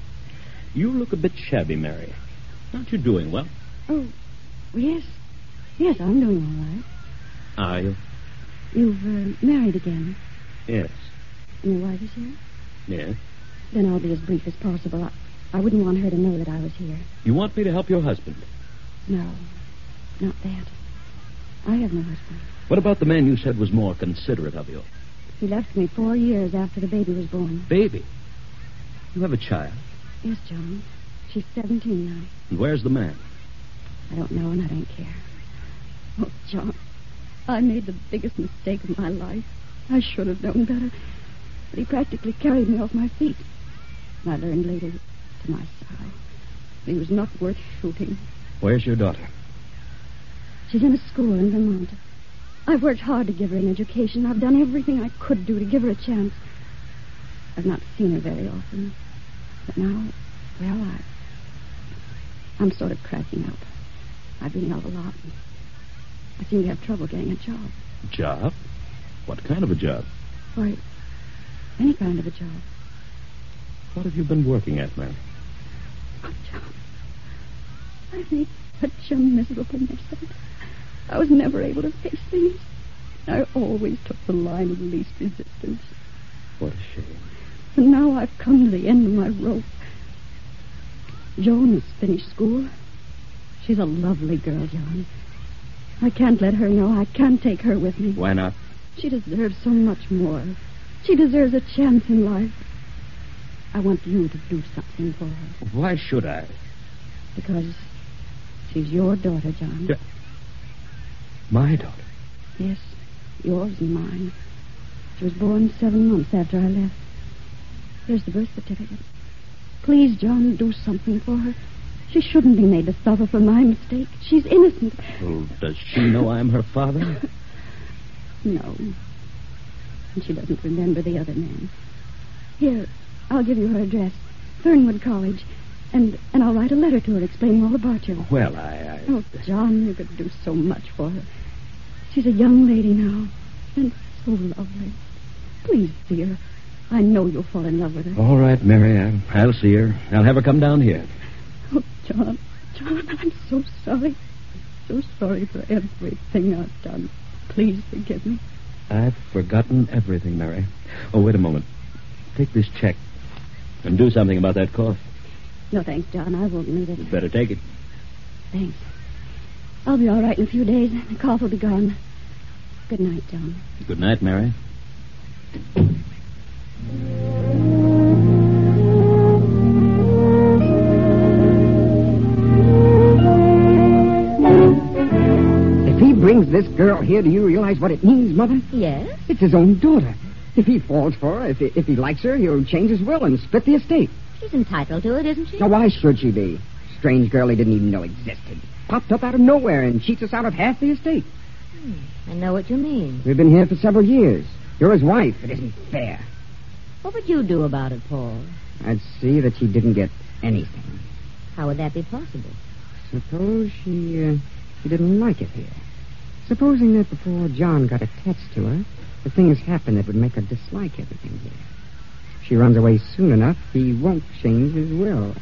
you look a bit shabby, Mary. Aren't you doing well? Oh, yes. Yes, I'm doing all right. Are you? You've uh, married again, Yes. and your wife is here? Yes. Then I'll be as brief as possible. I, I wouldn't want her to know that I was here. You want me to help your husband. No, not that. I have no husband. What about the man you said was more considerate of you? He left me four years after the baby was born. Baby. You have a child. Yes, John. She's 17 now. And where's the man? I don't know, and I don't care. Oh, John, I made the biggest mistake of my life. I should have known better. but he practically carried me off my feet. And I learned later, to my sorrow, that he was not worth shooting. Where's your daughter? She's in a school in Vermont. I've worked hard to give her an education. I've done everything I could do to give her a chance. I've not seen her very often. But now, well, I, I'm sort of cracking up. I've been out a lot. I seem to have trouble getting a job. Job? What kind of a job? Why, any kind of a job. What have you been working at, Mary? I made such a miserable mess of it. I was never able to fix things. I always took the line of least resistance. What a shame. And now I've come to the end of my rope. Joan has finished school. She's a lovely girl, Joan. I can't let her know. I can't take her with me. Why not? She deserves so much more. She deserves a chance in life. I want you to do something for her Why should I? because she's your daughter, John. Yeah. My daughter. Yes, yours and mine. She was born seven months after I left. Here's the birth certificate. Please, John, do something for her. She shouldn't be made to suffer for my mistake. She's innocent. Well, does she know I'm her father? No. And she doesn't remember the other man. Here, I'll give you her address. Fernwood College. And and I'll write a letter to her explaining all about you. Well, I. I... Oh, John, you could do so much for her. She's a young lady now. And so lovely. Please, dear. I know you'll fall in love with her. All right, Mary. I'll, I'll see her. I'll have her come down here. Oh, John. John, I'm so sorry. So sorry for everything I've done. Please forgive me. I've forgotten everything, Mary. Oh, wait a moment. Take this check and do something about that cough. No, thanks, John. I won't need it. You'd better take it. Thanks. I'll be all right in a few days. The cough will be gone. Good night, John. Good night, Mary. If he brings this girl here, do you realize what it means, Mother? Yes? It's his own daughter. If he falls for her, if he, if he likes her, he'll change his will and split the estate. She's entitled to it, isn't she? Now, why should she be? Strange girl he didn't even know existed. Popped up out of nowhere and cheats us out of half the estate. I know what you mean. We've been here for several years. You're his wife. It isn't fair. What would you do about it, Paul? I'd see that she didn't get anything. How would that be possible? Suppose she, uh, she didn't like it here. Supposing that before John got attached to her, the things happened that would make her dislike everything here. If she runs away soon enough, he won't change his will.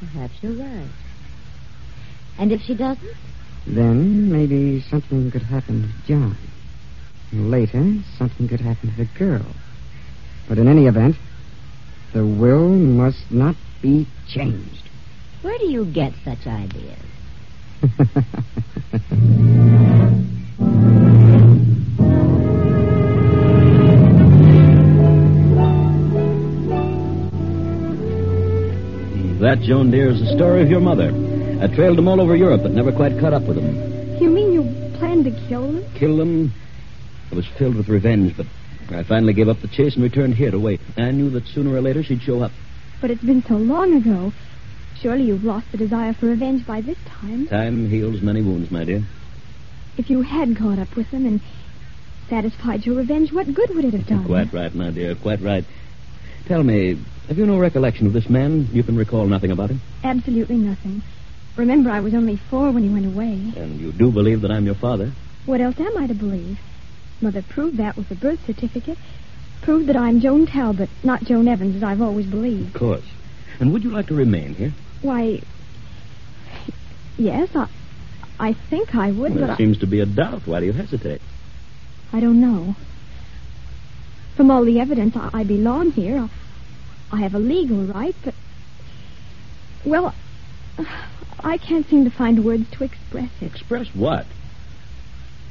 Perhaps you're right. And if she doesn't? Then maybe something could happen to John. And later, something could happen to the girl. But in any event, the will must not be changed. Where do you get such ideas? That, Joan dear, is the story of your mother. I trailed them all over Europe, but never quite caught up with them. You mean you planned to kill them? Killed them. I was filled with revenge, but I finally gave up the chase and returned here to wait. I knew that sooner or later she'd show up. But it's been so long ago. Surely you've lost the desire for revenge by this time. Time heals many wounds, my dear. If you had caught up with them and satisfied your revenge, what good would it have done? Quite right, my dear. Quite right. Tell me, have you no recollection of this man? You can recall nothing about him? Absolutely nothing. Remember, I was only four when he went away. And you do believe that I'm your father? What else am I to believe? Mother proved that with the birth certificate. Proved that I'm Joan Talbot, not Joan Evans, as I've always believed. Of course. And would you like to remain here? Why, yes, I, I think I would, Well, but there I- seems to be a doubt. Why do you hesitate? I, don't know. From all the evidence, I, I belong here. I, I have a legal right, but well, I can't seem to find words to express it. Express what?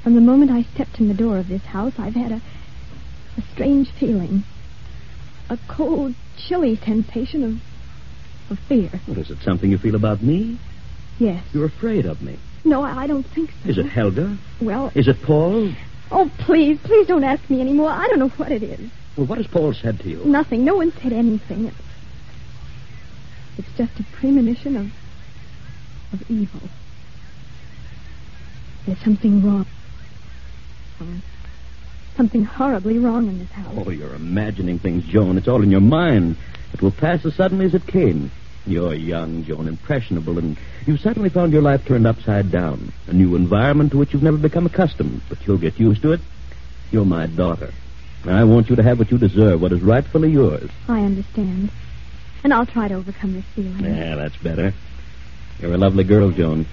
From the moment I stepped in the door of this house, I've had a, a strange feeling. A cold, chilly sensation of, of fear. Well, is it something you feel about me? Yes. You're afraid of me. No, I, I don't think so. Is it Helga? Well, Is it Paul? oh, please, please don't ask me anymore. I don't know what it is. Well, what has Paul said to you? Nothing. No one said anything. It's just a premonition of of evil. There's something wrong. Um, Something horribly wrong in this house. Oh, you're imagining things, Joan. It's all in your mind. It will pass as suddenly as it came. You're young, Joan, impressionable, and you've suddenly found your life turned upside down. A new environment to which you've never become accustomed, but you'll get used to it. You're my daughter. and I want you to have what you deserve, what is rightfully yours. I understand. And I'll try to overcome this feeling. Yeah, that's better. You're a lovely girl, Joan.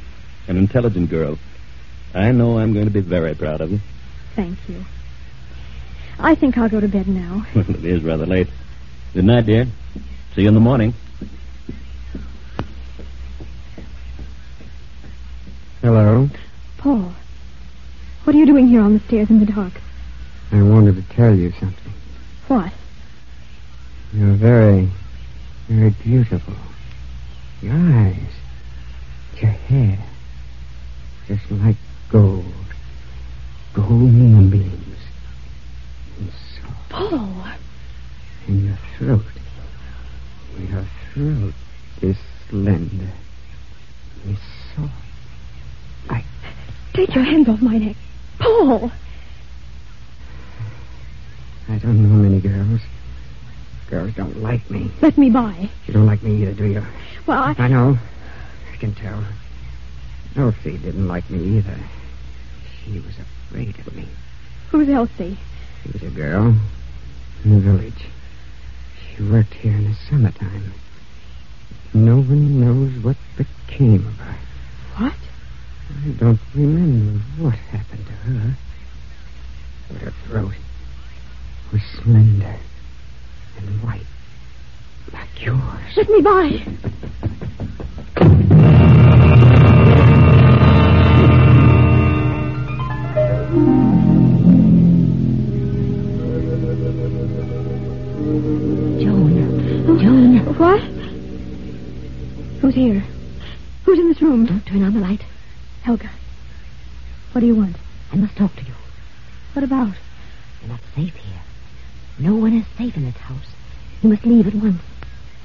An intelligent girl. I know I'm going to be very proud of you. Thank you. I think I'll go to bed now. Well, it is rather late. Good night, dear. See you in the morning. Hello. Paul, what are you doing here on the stairs in the dark? I wanted to tell you something. What? You're very, very beautiful. Your eyes, your hair, just like gold. Gold moonbeams. And Paul! in your throat. Your throat is slender. It's soft. Take your hands off my neck. Paul! I don't know many girls. Girls don't like me. Let me by. You don't like me either, do you? Well, I. I know. I can tell. Elsie didn't like me either. She was afraid of me. Who's Elsie? She was a girl in the village. She worked here in the summertime. No one knows what became of her. What? I don't remember what happened to her. But her throat was slender and white, like yours. Let me by. Joan. What? Who's here? Who's in this room? Don't turn on the light. Helga. What do you want? I must talk to you. What about? You're not safe here. No one is safe in this house. You must leave at once.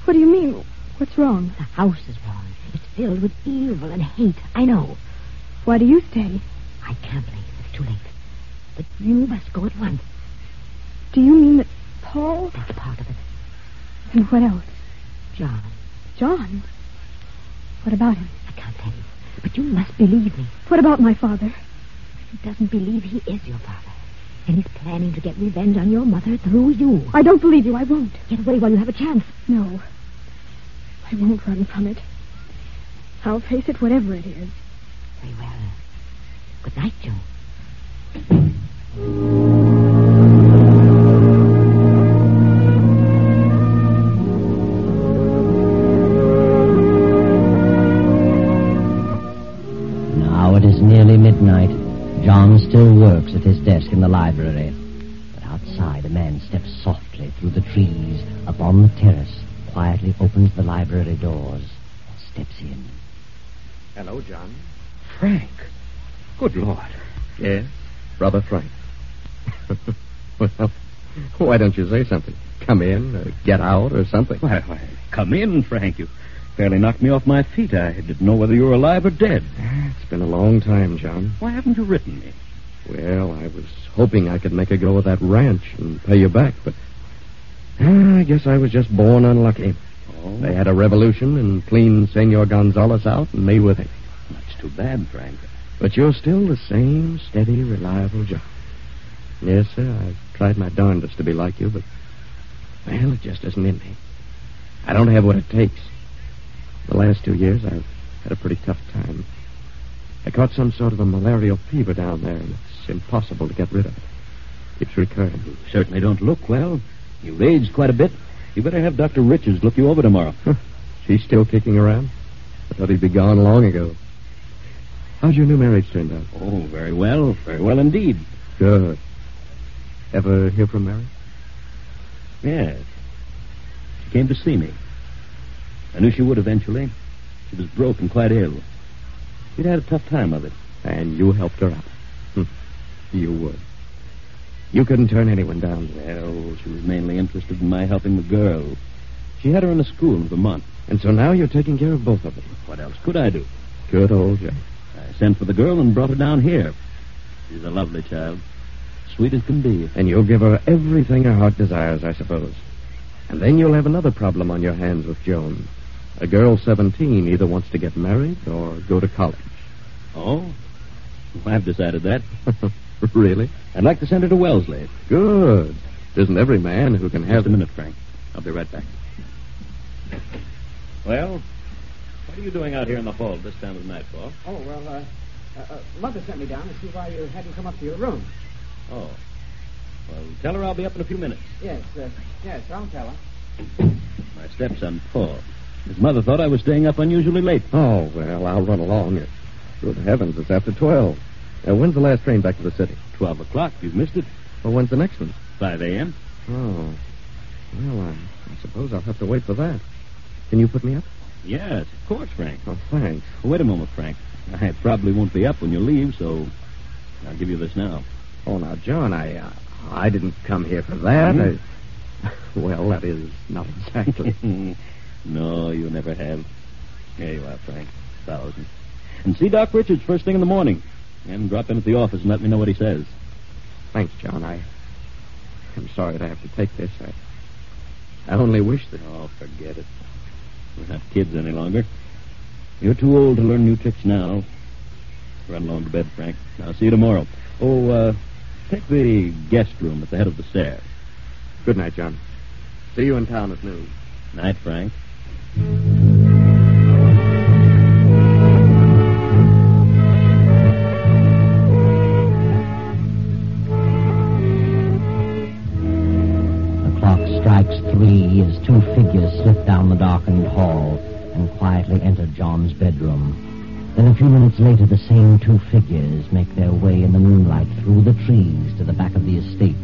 What do you mean? What's wrong? The house is wrong. It's filled with evil and hate. I know. Why do you stay? I can't leave. It's too late. But you must go at once. Do you mean that Paul? That's part of it. And what else? John, John? What about him? I can't tell you. But you must believe me. What about my father? He doesn't believe he is your father. And he's planning to get revenge on your mother through you. I don't believe you. I won't. Get away while you have a chance. No. I won't run from it. I'll face it, whatever it is. Very well. Good night, Joan. Now it is nearly midnight. John still works at his desk in the library. But outside, a man steps softly through the trees upon the terrace, quietly opens the library doors, and steps in. Hello, John. Frank. Good Lord. Yes, brother Frank. well, why don't you say something? Come in, or get out, or something. Why, why, come in, Frank. You fairly knocked me off my feet. I didn't know whether you were alive or dead. It's been a long time, John. Why haven't you written me? Well, I was hoping I could make a go of that ranch and pay you back, but ah, I guess I was just born unlucky. Oh. They had a revolution and cleaned Senor Gonzalez out and me with him. That's too bad, Frank. But you're still the same steady, reliable John. Yes, sir, I've tried my darndest to be like you, but well, it just isn't in me. I don't have what it takes. The last two years I've had a pretty tough time. I caught some sort of a malarial fever down there, and it's impossible to get rid of it. It's recurring. You certainly don't look well. You've aged quite a bit. You better have Dr. Richards look you over tomorrow. She's still kicking around. I thought he'd be gone long ago. How's your new marriage turned out? Oh, very well. Very well indeed. Good. Ever hear from Mary? Yes. She came to see me. I knew she would eventually. She was broke and quite ill. She'd had a tough time of it. And you helped her out. you would. Hmm. You couldn't turn anyone down. Well, she was mainly interested in my helping the girl. She had her in a school in Vermont. And so now you're taking care of both of them. What else could I do? Good old Joe. I sent for the girl and brought her down here. She's a lovely child. Sweet as can be. And you'll give her everything her heart desires, I suppose. And then you'll have another problem on your hands with Joan. A girl 17 either wants to get married or go to college. Oh? I've decided that. really? I'd like to send her to Wellesley. Good. It isn't every man who can have... Just a minute, Frank. I'll be right back. Well, what are you doing out here in the hall this time of night, Paul? Oh, well, uh, uh, uh, Mother sent me down to see why you hadn't come up to your room. Oh. Well, tell her I'll be up in a few minutes. Yes, uh, yes, I'll tell her. My stepson, Paul. His mother thought I was staying up unusually late. Oh, well, I'll run along. Good heavens, it's after 12. Now, when's the last train back to the city? 12 o'clock. You've missed it. Well, when's the next one? 5 a.m. Oh. Well, I, I suppose I'll have to wait for that. Can you put me up? Yes, of course, Frank. Oh, thanks. Wait a moment, Frank. I probably won't be up when you leave, so I'll give you this now. Oh, now, John, I uh, I didn't come here for that. Hmm? I- well, that is not exactly. no, you never have. Here you are, Frank. Thousand. And see Doc Richards first thing in the morning. And drop in at the office and let me know what he says. Thanks, John. I I'm sorry that I have to take this. I I only wish that. Oh, forget it. We're not kids any longer. You're too old to learn new tricks now. Run along to bed, Frank. I'll see you tomorrow. Oh, uh, take the guest room at the head of the stairs. Good night, John. See you in town at noon. Night, Frank. The clock strikes three as two figures slip down the darkened hall and quietly enter John's bedroom. Then a few minutes later, the same two figures make their way in the moonlight through the trees to the back of the estate,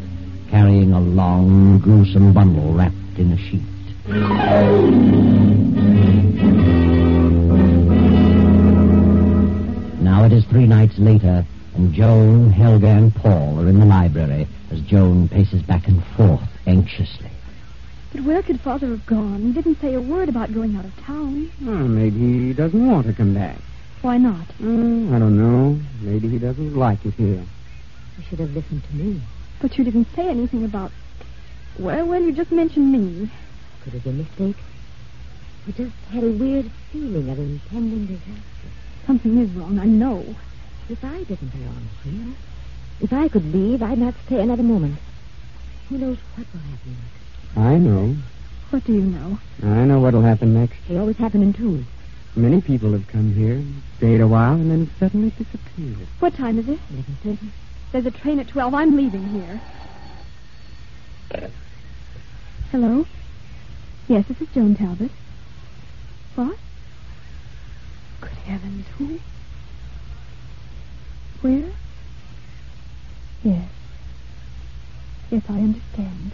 carrying a long, gruesome bundle wrapped in a sheet. Now it is three nights later, and Joan, Helga, and Paul are in the library as Joan paces back and forth anxiously. But where could Father have gone? He didn't say a word about going out of town. Well, maybe he doesn't want to come back. Why not? Mm, I don't know. Maybe he doesn't like it here. You should have listened to me. But you didn't say anything about. Well, well, you just mentioned me. Could have been a mistake. I just had a weird feeling of impending disaster. Something is wrong, I know. If I didn't belong here, if I could leave, I'd not stay another moment. Who knows what will happen? I know. What do you know? I know what'll happen next. They always happen in twos. Many people have come here, stayed a while, and then suddenly disappeared. What time is it? Eleven thirty. There's a train at twelve. I'm leaving here. Hello? Yes, this is Joan Talbot. What? Good heavens, who? Where? Yes. Yes, I understand.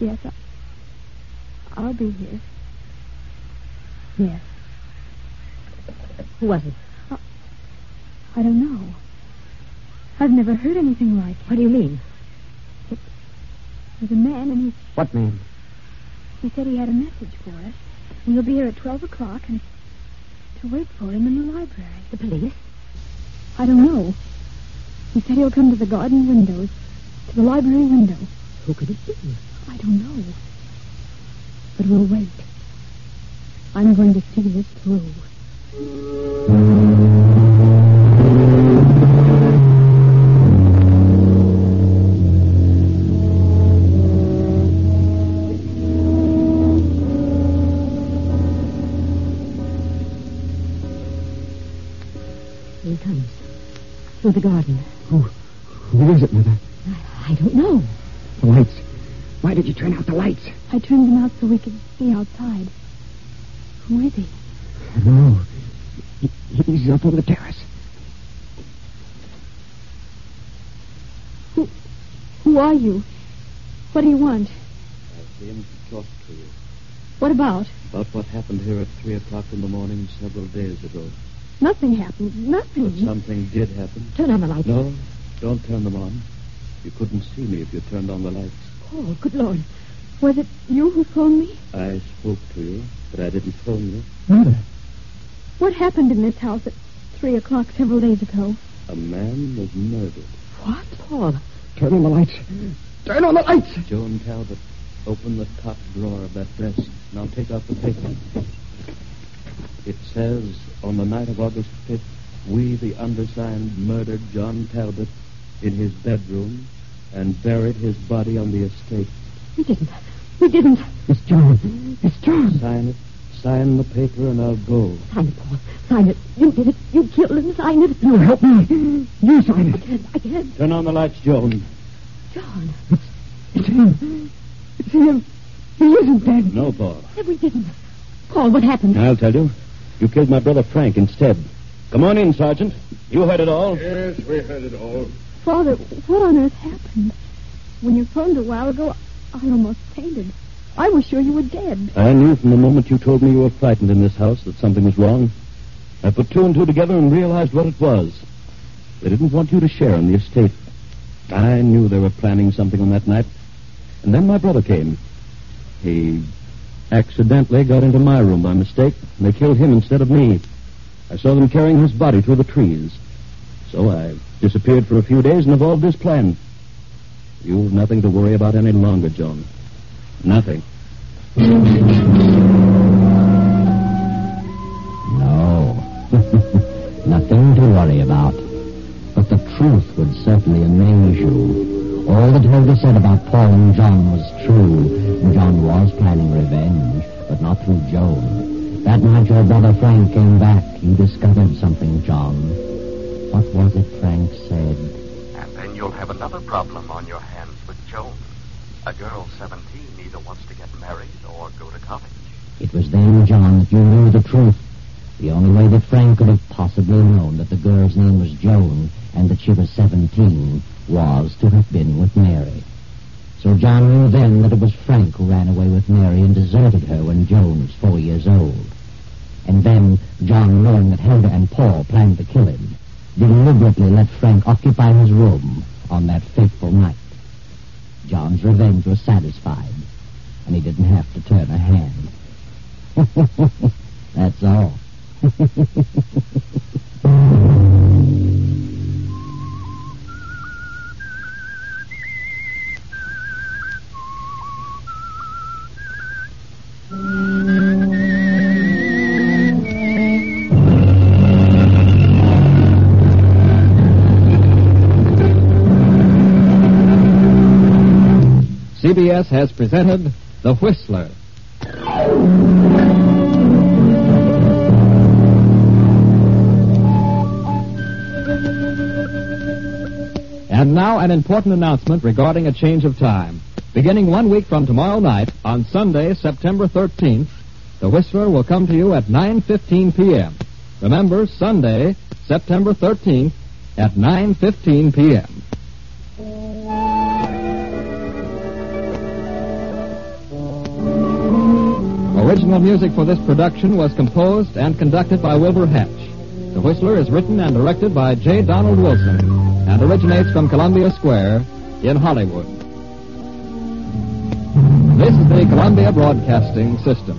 Yes, I, I'll be here. Yes. Uh, Who was it? I don't know. I've never heard anything like it. What do you mean? There's a man, and he What man? He said he had a message for us, and he'll be here at 12 o'clock and to wait for him in the library. The police? I don't know. He said he'll come to the garden windows, to the library window. Who could it be? I don't know. But we'll wait. I'm going to see this through. He comes. Through the garden. Who is it, Mother? I don't know. The lights. Why did you turn out the lights? I turned them out so we could see outside. Who is he? No. He- He's up on the terrace. Who are you? What do you want? I came to talk to you What about? about what happened here at 3 o'clock in the morning several days ago. Nothing happened. Nothing. Mm-hmm. Something did happen. Turn on the light. No, Don't turn them on. You couldn't see me if you turned on the lights. Paul, Oh, good Lord. Was it you who phoned me? I spoke to you, but I didn't phone you. What happened in this house at three o'clock several days ago? A man was murdered. What, Paul? Turn on the lights. Turn on the lights. Joan Talbot, open the top drawer of that desk. Now take out the paper. It says, on the night of August 5th, we, the undersigned, murdered John Talbot in his bedroom and buried his body on the estate. We didn't. We didn't. Miss John. Miss John. Sign it. Sign the paper and I'll go. Sign it, Paul. Sign it. You did it. You killed him. Sign it. You help me. You sign it. I can't. I can't. Turn on the lights, Joan. John. It's him. It's him. He isn't dead. No, Paul. We didn't. Paul, what happened? I'll tell you. You killed my brother Frank instead. Come on in, Sergeant. You heard it all. Yes, we heard it all. Father, what on earth happened? When you phoned a while ago, I almost fainted. I was sure you were dead. I knew from the moment you told me you were frightened in this house that something was wrong. I put two and two together and realized what it was. They didn't want you to share in the estate. I knew they were planning something on that night. And then my brother came. He accidentally got into my room by mistake, and they killed him instead of me. I saw them carrying his body through the trees. So I disappeared for a few days and evolved this plan. You've nothing to worry about any longer, Joan. Nothing. No. Nothing to worry about. But the truth would certainly amaze you. All that Helga said about Paul and John was true. John was planning revenge, but not through Joan. That night your brother Frank came back, you discovered something, John. What was it Frank said? And then you'll have another problem on your hands with Joan. A girl 17 either wants to get married or go to college. It was then, John, that you knew the truth. The only way that Frank could have possibly known that the girl's name was Joan and that she was 17 was to have been with Mary. So John knew then that it was Frank who ran away with Mary and deserted her when Joan was four years old. And then, John, knowing that Helga and Paul planned to kill him, deliberately let Frank occupy his room on that fateful night. John's revenge was satisfied, and he didn't have to turn a hand. That's all. CBS has presented The Whistler. And now an important announcement regarding a change of time. Beginning one week from tomorrow night, on Sunday, September 13th, The Whistler will come to you at 9.15 p.m. Remember, Sunday, September 13th, at 9.15 p.m. Original music for this production was composed and conducted by Wilbur Hatch. The Whistler is written and directed by J. Donald Wilson and originates from Columbia Square in Hollywood. This is the Columbia Broadcasting System.